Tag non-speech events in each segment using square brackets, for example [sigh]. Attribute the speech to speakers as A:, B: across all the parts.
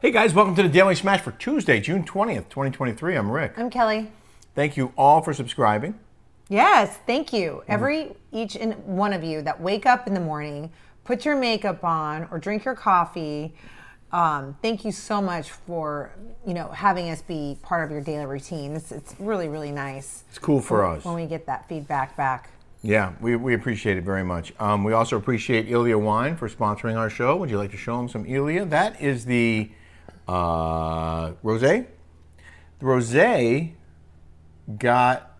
A: Hey guys, welcome to the Daily Smash for Tuesday, June 20th, 2023. I'm Rick.
B: I'm Kelly.
A: Thank you all for subscribing.
B: Yes, thank you. Every each and one of you that wake up in the morning, put your makeup on, or drink your coffee. Um, thank you so much for you know having us be part of your daily routine. It's, it's really really nice
A: It's cool for us.
B: when we get that feedback back.
A: Yeah, we, we appreciate it very much. Um, we also appreciate Ilia Wine for sponsoring our show. Would you like to show them some Ilia? That is the uh, rosé. The rosé got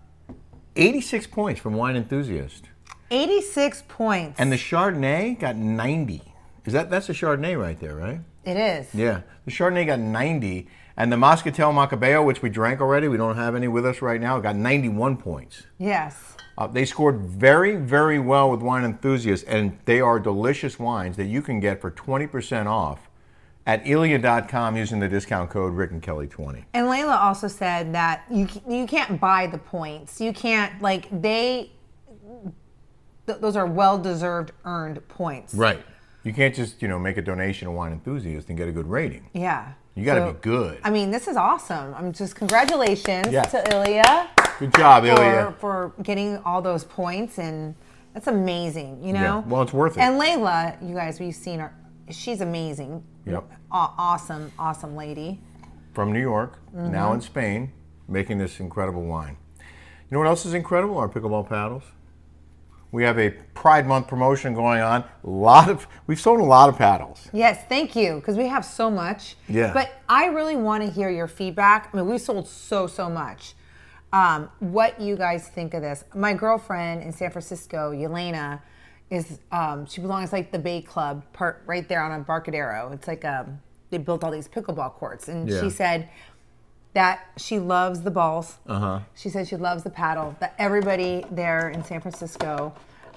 A: 86 points from Wine Enthusiast,
B: 86 points.
A: and the Chardonnay got 90. Is that that's the Chardonnay right there, right?
B: it is.
A: Yeah, the Chardonnay got 90, and the Moscatel Macabeo, which we drank already, we don't have any with us right now, got 91 points.
B: Yes.
A: Uh, they scored very, very well with wine enthusiasts, and they are delicious wines that you can get for 20% off at ilia.com using the discount code Rick and Kelly 20.
B: And Layla also said that you c- you can't buy the points. You can't like they. Th- those are well deserved earned points.
A: Right. You can't just, you know, make a donation to wine enthusiasts and get a good rating.
B: Yeah.
A: You got to
B: So-
A: be good.
B: I mean, this is awesome. I'm just congratulations
A: Yes.
B: to Ilya
A: good job,
B: for,
A: Ilia.
B: for getting all those points, and that's amazing. You know,
A: Yeah. Well, it's worth it.
B: And Layla, you guys, we've seen her. She's amazing.
A: Yep.
B: Aw- awesome, awesome lady.
A: From New York, now in Spain, making this incredible wine. You know what else is incredible? Our pickleball paddles. We have a Pride Month promotion going on. A lot of we've sold a lot of paddles.
B: Yes, thank you, because we have so much.
A: Yeah.
B: But I really want to hear your feedback. I mean, we sold so so much. Um, what you guys think of this? My girlfriend in San Francisco, Yelena, is um, she belongs like the Bay Club part right there on Embarcadero. It's like um, they built all these pickleball courts, and
A: Yeah.
B: she said that she loves the balls.
A: Uh-huh.
B: She says she loves the paddle. That everybody there in San Francisco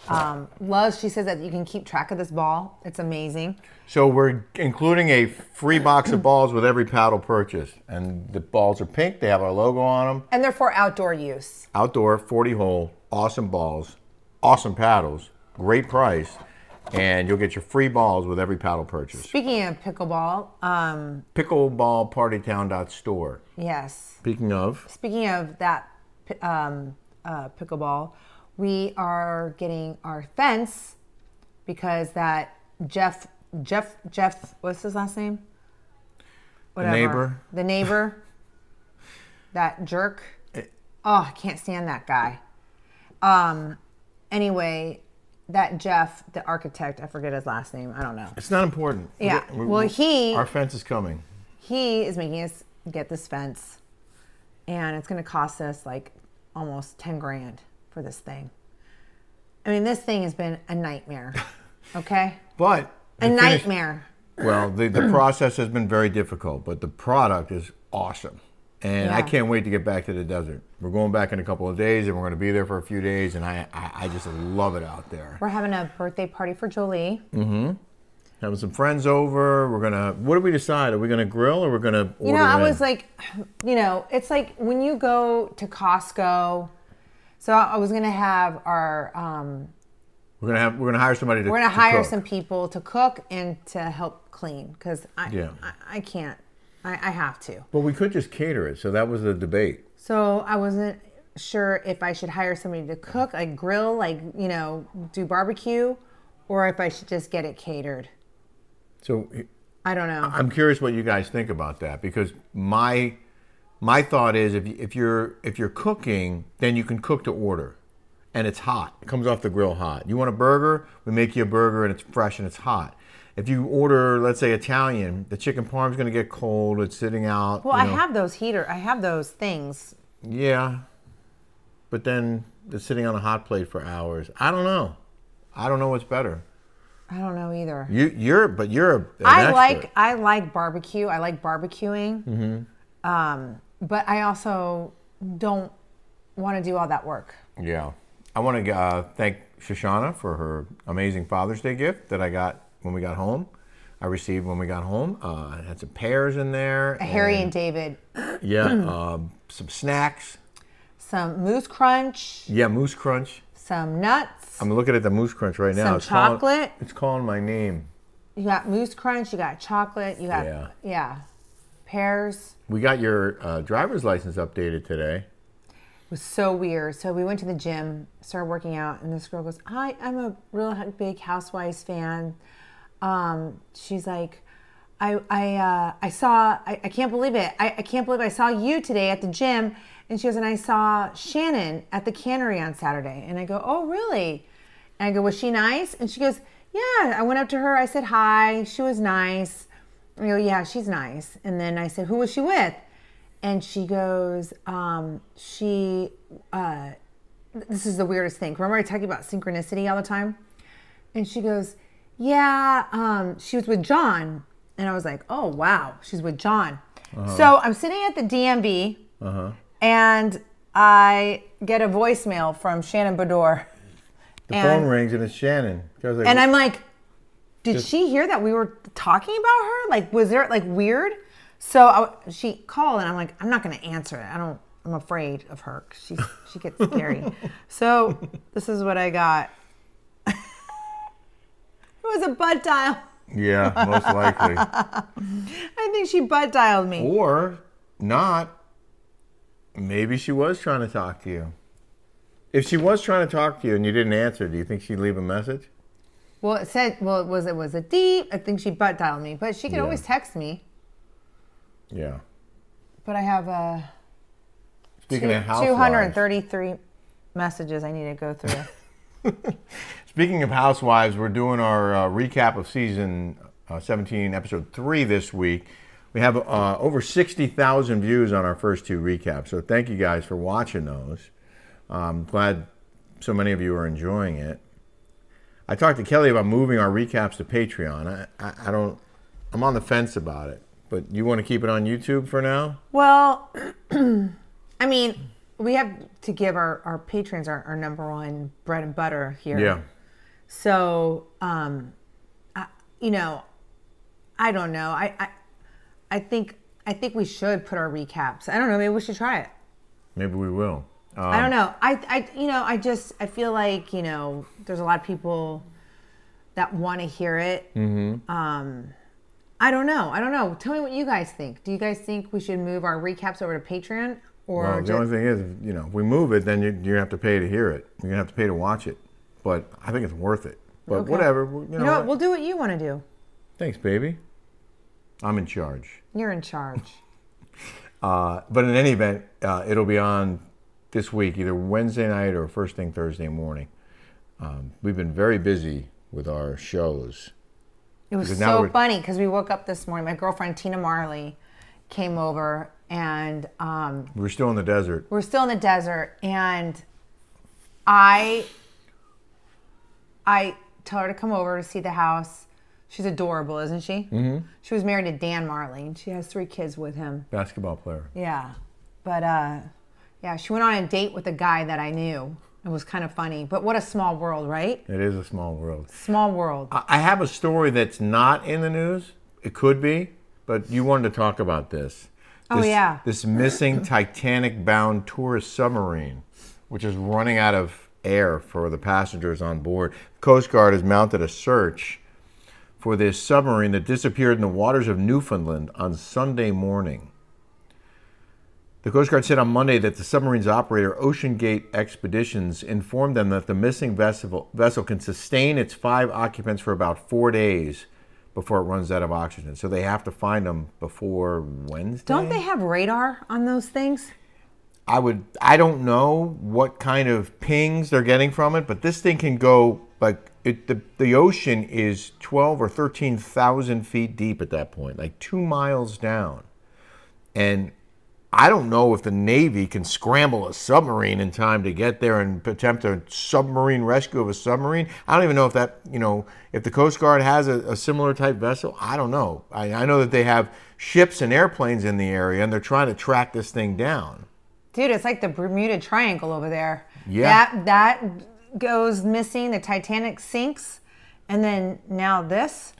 B: um, loves. She says that you can keep track of this ball. It's amazing.
A: So we're including a free box of balls with every paddle purchase, and the balls are pink. They have our logo on them.
B: And they're for outdoor use.
A: Outdoor, 40 hole, awesome balls, awesome paddles, great price, and you'll get your free balls with every paddle purchase.
B: Speaking of pickleball, um,
A: Pickleballpartytown.store.
B: yes.
A: Speaking of,
B: Speaking of that pi- um, uh, pickleball, we are getting our fence because that Jeff Jeff Jeff what's his last name?
A: neighbor? [laughs]
B: The neighbor. that jerk.
A: Eh.
B: Oh, I can't stand that guy. Um. Anyway, that Jeff, the architect, I forget his last name. I don't know.
A: it's not important.
B: Yeah.
A: We- we-
B: Well, he
A: Our fence is coming.
B: he is making us get this fence and it's going to cost us like almost 10 grand for this thing i mean this thing has been
A: [laughs]
B: a nightmare okay
A: But
B: a
A: they finished-
B: nightmare
A: Well, the,
B: [clears throat]
A: the process has been very difficult, but the product is awesome. And I
B: Yeah.
A: can't wait to get back to the desert. We're going back in a couple of days, and we're going to be there for a few days, and I, I, I just love it out there.
B: we're having a birthday party for jolie
A: Having some friends over. We're going to, what do we decide? Are we going to grill or we're going to order
B: you know i
A: in?
B: was like you know it's like when you go to costco so i I was going to have our um,
A: we're going to have, we're going to hire somebody to
B: we're going
A: to
B: to hire
A: cook.
B: some people to cook and to help clean because I,
A: Yeah.
B: I, I can't I, I have to
A: But we could just cater it, so that was the debate.
B: So I wasn't sure if I should hire somebody to cook, like grill, like, you know, do barbecue, or if I should just get it catered.
A: So
B: I don't know.
A: I'm curious what you guys think about that because my my thought is if you- if you're if you're cooking, then you can cook to order, and it's hot. It comes off the grill hot. You want a burger? We make you a burger, and it's fresh and it's hot. If you order, let's say Italian, the chicken parm's going to get cold. It's sitting out.
B: well,
A: you
B: I
A: know.
B: have those heater, I have those things.
A: Yeah, but then it's sitting on a hot plate for hours. I don't know. I don't know what's better.
B: I don't know either.
A: You you're but you're. An
B: I
A: expert.
B: like I like barbecue. I like barbecuing. Um, but I also don't want to do all that work.
A: Yeah. I want to uh, thank Shoshana for her amazing Father's Day gift that I got when we got home. I received when we got home. Uh, it had some pears in there.
B: Harry and David,
A: and- yeah,
B: Mm.
A: um, some snacks.
B: some moose crunch,
A: Yeah, moose crunch.
B: some nuts.
A: I'm looking at the moose crunch right now.
B: Some
A: it's calling-
B: chocolate.
A: it's calling my name.
B: You got moose crunch. You got chocolate. You got
A: Yeah.
B: yeah. pears.
A: We got your uh, driver's license updated today.
B: It was so weird. So we went to the gym, started working out, and this girl goes, "Hi, I'm a real h- big Housewives fan." Um, she's like, "I I uh, I saw. I, I can't believe it. I, I can't believe I saw you today at the gym." And she goes, "And I saw Shannon at the cannery on Saturday." And I go, "Oh, really?" And I go, "Was she nice?" And she goes, "Yeah." I went up to her. I said hi. She was nice. I go, "Yeah, she's nice." And then I said, "Who was she with?" and she goes, um, she, uh, this is the weirdest thing. Remember I talking about synchronicity all the time? And she goes, yeah, um, she was with John. And I was like, oh, wow, she's with John. So I'm sitting at the DMV and I get a voicemail from Shannon [laughs] Bador.
A: The
B: And-
A: phone rings and it's Shannon. I was like,
B: And I'm like, did she hear that we were talking about her? Like, was there like weird? So I, she called, and I'm like, I'm not going to answer it. I don't. I'm afraid of her. 'cause She's she gets
A: [laughs]
B: scary. so this is what I got. [laughs] it was a butt dial.
A: yeah, most likely.
B: I think she butt dialed
A: Oh.
B: me.
A: or not. Maybe she was trying to talk to you. If she was trying to talk to you and you didn't answer, do you think she'd leave a message?
B: Well, it said. Well, it was it was a deep. I think she butt dialed me, but she can
A: Yeah.
B: always text me.
A: Yeah.
B: But I have uh,
A: Speaking of housewives.
B: 233 messages I need to go through.
A: Speaking of housewives, we're doing our uh, recap of season uh, 17, episode 3 this week. We have uh, over 60,000 views on our first two recaps, so thank you guys for watching those. I'm glad so many of you are enjoying it. I talked to Kelly about moving our recaps to Patreon. I, I, I don't, I'm on the fence about it, but you want to keep it on YouTube for now?
B: Well, [clears throat] I mean, we have to give our, our patrons our, our number one bread and butter here. So, um, I, you know, I don't know. I, I, I think I think we should put our recaps. I don't know. Maybe we should try it.
A: Maybe we will. Uh,
B: I don't know. I, I, you know, I just I feel like you know, there's a lot of people that want to hear it. Mm-hmm. Um, I don't know. I don't know. Tell me what you guys think. Do you guys think we should move our recaps over to Patreon or
A: Well,
B: just,
A: the only thing is, if, you know, if we move it, then you're, you're gonna have to pay to hear it. You're gonna have to pay to watch it. But I think it's worth it. But
B: Okay.
A: whatever. we- You know,
B: you know what?
A: what?
B: We'll do what you want to do.
A: Thanks, baby. I'm in charge.
B: You're in charge.
A: [laughs] Uh, but in any event, uh, it'll be on this week, either Wednesday night or first thing Thursday morning. Um, we've been very busy with our shows.
B: It was
A: Because now
B: so
A: we're-
B: funny because we woke up this morning. My girlfriend Tina Marley came over, and um,
A: We're still in the desert.
B: we're still in the desert. And I, I tell her to come over to see the house. She's adorable, isn't she? Mm-hmm. She was married to Dan Marley, and she has three kids with him.
A: Basketball player.
B: Yeah. But uh yeah, she went on a date with a guy that I knew. It was kind of funny. But what a small world, right?
A: It is a small world.
B: Small world.
A: I I have a story that's not in the news. It could be, but you wanted to talk about this.
B: Oh,
A: This-
B: yeah.
A: This missing Titanic-bound tourist submarine, which is running out of air for the passengers on board. Coast Guard has mounted a search for this submarine that disappeared in the waters of Newfoundland on Sunday morning. The Coast Guard said on Monday that the submarine's operator, Ocean Gate Expeditions, informed them that the missing vessel, vessel can sustain its five occupants for about four days before it runs out of oxygen. So they have to find them before Wednesday.
B: Don't they have radar on those things?
A: I would. I don't know what kind of pings they're getting from it, but this thing can go like it. The the ocean is twelve or thirteen thousand feet deep at that point, like two miles down, and I don't know if the Navy can scramble a submarine in time to get there and attempt a submarine rescue of a submarine. I don't even know if that, you know, if the Coast Guard has a, a similar type vessel. I don't know. I, I know that they have ships and airplanes in the area, and they're trying to track this thing down.
B: Dude, it's like the Bermuda Triangle over there.
A: Yeah.
B: That that goes missing, the Titanic sinks, and then now this.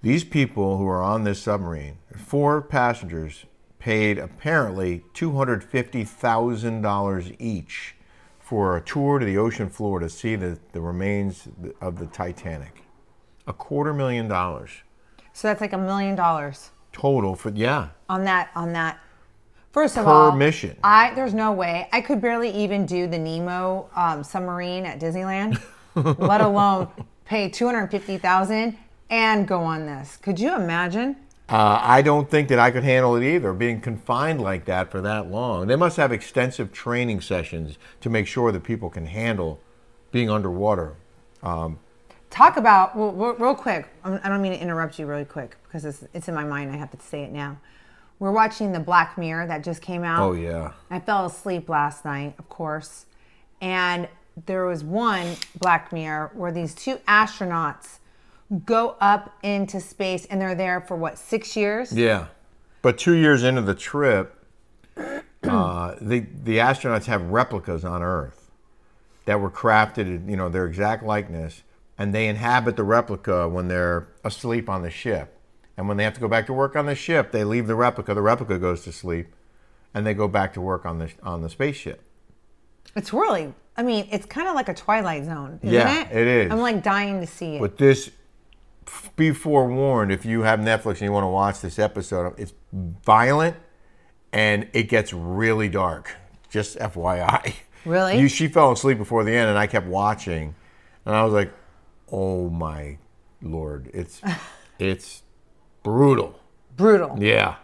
A: These people who are on this submarine, four passengers, paid apparently $250,000 each for a tour to the ocean floor to see the, the remains of the Titanic. A quarter million dollars.
B: So that's like a million dollars.
A: total for yeah
B: on that on that. First of
A: Per
B: all,
A: mission.
B: I there's no way I could barely even do the Nemo um, submarine at Disneyland, let alone pay two hundred fifty thousand and go on this. Could you imagine?
A: Uh, I don't think that I could handle it either, being confined like that for that long. They must have extensive training sessions to make sure that people can handle being underwater.
B: Talk about well, real- real quick. I'm- I don't mean to interrupt you really quick because it's it's in my mind. I have to say it now. We're watching the Black Mirror that just came out.
A: Oh, yeah.
B: I fell asleep last night, of course, and there was one Black Mirror where these two astronauts go up into space and they're there for what six years?
A: Yeah. But two years into the trip, uh, the, the astronauts have replicas on Earth that were crafted, in, you know, their exact likeness, and they inhabit the replica when they're asleep on the ship. And when they have to go back to work on the ship, they leave the replica. The replica goes to sleep, and they go back to work on the on the spaceship.
B: It's really, I mean, it's kind of like a Twilight Zone, isn't
A: Yeah,
B: it?
A: it is.
B: I'm like dying to see it.
A: But this, be forewarned if you have Netflix and you want to watch this episode, it's violent and it gets really dark. Just FYI.
B: Really?
A: You, she fell asleep before the end and I kept watching and I was like, oh my lord, it's it's brutal.
B: Brutal.
A: Yeah,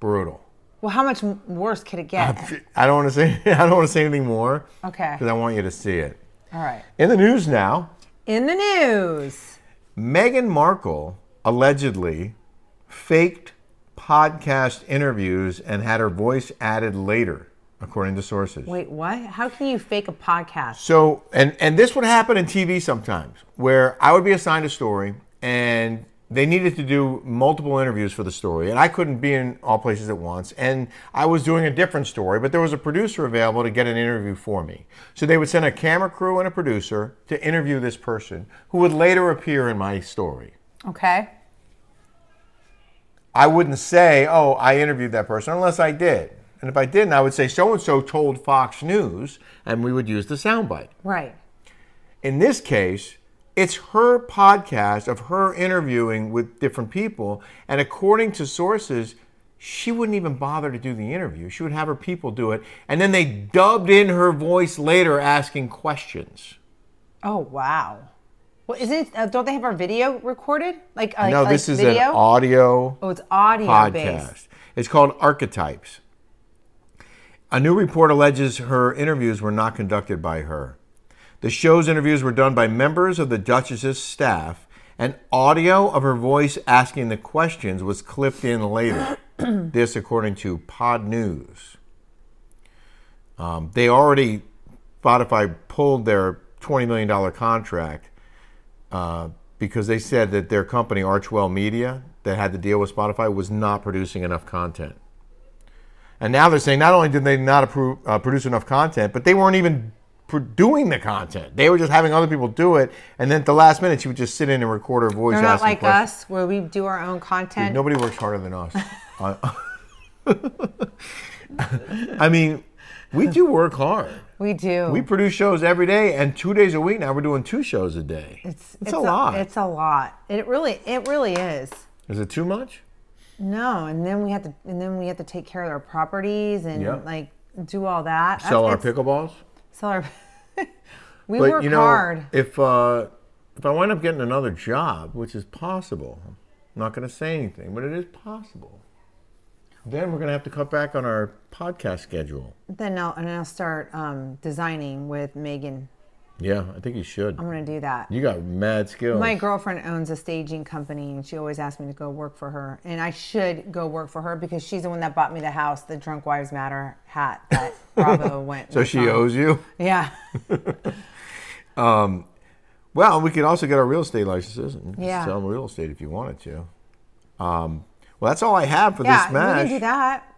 A: brutal.
B: Well, how much m- worse could it get?
A: [laughs] I don't want to say I don't want to say anything more
B: okay.
A: because I want you to see it.
B: All right.
A: In the news now,
B: In the news.
A: Meghan Markle allegedly faked podcast interviews and had her voice added later, according to sources.
B: Wait, what? How can you fake a podcast?
A: So, and and this would happen in TV sometimes, where I would be assigned a story, and they needed to do multiple interviews for the story, and I couldn't be in all places at once, and I was doing a different story, but there was a producer available to get an interview for me. So they would send a camera crew and a producer to interview this person, who would later appear in my story.
B: Okay.
A: I wouldn't say, oh, I interviewed that person unless I did. And if I didn't, I would say so and so told Fox News, and we would use the soundbite.
B: Right.
A: In this case, it's her podcast of her interviewing with different people. And according to sources, she wouldn't even bother to do the interview. She would have her people do it. And then they dubbed in her voice later asking questions.
B: Oh wow! Well, isn't uh, don't they have our video recorded? Like, like
A: no,
B: like
A: this is
B: video?
A: an audio
B: oh, it's audio based.
A: podcast. It's called Archetypes. A new report alleges her interviews were not conducted by her. The show's interviews were done by members of the Duchess's staff, and audio of her voice asking the questions was clipped in later. this, according to Pod News. Um, they already, Spotify pulled their $20 million contract uh, because they said that their company, Archwell Media, that had to deal with Spotify, was not producing enough content. And now they're saying not only did they not approve, uh, produce enough content, but they weren't even pro- doing the content. They were just having other people do it, and then at the last minute, she would just sit in and record her voice.
B: They're not
A: asking
B: like
A: questions.
B: us, where we do our own content.
A: Nobody works harder than
B: [laughs]
A: us. Uh, [laughs] I mean, we do work hard.
B: we do.
A: We produce shows every day, and two days a week now. We're doing two shows a day. It's, a, lot.
B: It's a lot. It really, it really is.
A: Is it too much?
B: No, and then we have to, and then we have to take care of our properties and
A: Yep.
B: like do all that.
A: Sell our
B: That's- it's-
A: pickleballs.
B: Sell our. [laughs] we
A: But
B: work
A: you know,
B: hard.
A: if uh, if I wind up getting another job, which is possible, I'm not going to say anything, but it is possible. Then we're going to have to cut back on our podcast schedule.
B: Then I'll and I'll start um, designing with Megan.
A: Yeah, I think you should.
B: I'm gonna do that.
A: You got mad skills.
B: My girlfriend owns a staging company, and she always asks me to go work for her. And I should go work for her because she's the one that bought me the house, the Drunk Wives Matter hat
A: [laughs]
B: that Bravo went.
A: so
B: with
A: she
B: on.
A: owes you.
B: Yeah,
A: Well, we could also get our real estate licenses and
B: Yeah.
A: sell real estate if you wanted to. Um, well, that's all I have for
B: yeah.
A: this
B: We
A: match.
B: can do that.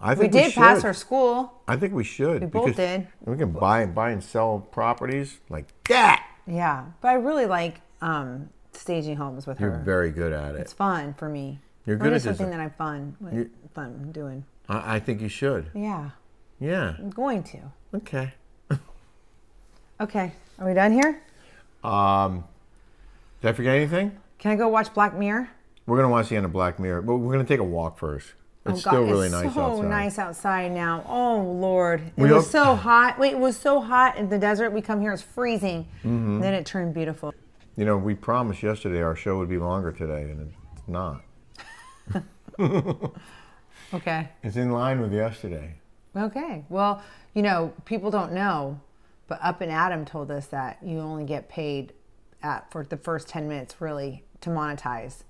A: I think
B: We did pass
A: should.
B: our school.
A: I think we should. We
B: both did.
A: We can buy and buy and sell properties like that.
B: Yeah, but I really like um, staging homes with
A: You're
B: her.
A: very good at it.
B: It's fun for me.
A: You're
B: Or
A: good
B: just
A: at
B: something
A: design.
B: that I'm fun with, fun doing.
A: I, I think you should.
B: Yeah,
A: Yeah.
B: I'm going to.
A: Okay.
B: Okay, are we done here?
A: Um, did I forget anything?
B: Can I go watch Black Mirror?
A: We're gonna watch the end of Black Mirror, but we're gonna take a walk first. It's
B: Oh, God,
A: still really
B: it's
A: nice
B: so
A: outside.
B: nice outside now. Oh Lord, it
A: We
B: was
A: hope-
B: so hot. Wait, it was so hot in the desert. We come here, it's freezing.
A: Mm-hmm.
B: Then it turned beautiful.
A: You know, we promised yesterday our show would be longer today, and it's not.
B: Okay,
A: It's in line with yesterday.
B: okay. Well, you know, people don't know, but Up and Adam told us that you only get paid at, for the first ten minutes, really, to monetize.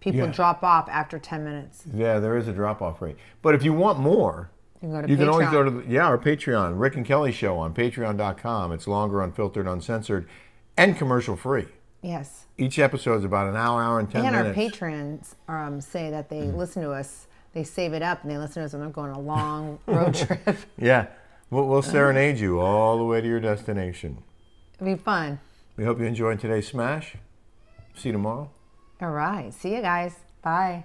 B: People
A: Yeah.
B: drop off after ten minutes.
A: Yeah, there is a drop-off rate, but if you want more,
B: You can go to
A: you can always
B: Patreon.
A: go to the, yeah our Patreon, Rick and Kelly Show on Patreon.com. It's longer, unfiltered, uncensored, and commercial-free.
B: Yes.
A: Each episode is about an hour, hour and ten
B: And our
A: minutes. Mm.
B: patrons um, say that they listen to us, they save it up, and they listen to us when they're going on
A: [laughs]
B: a long road trip. It'd
A: yeah, we'll, we'll serenade you all the way to your destination.
B: be fun.
A: We hope you enjoyed today's smash. See you tomorrow.
B: All right. See you guys. Bye.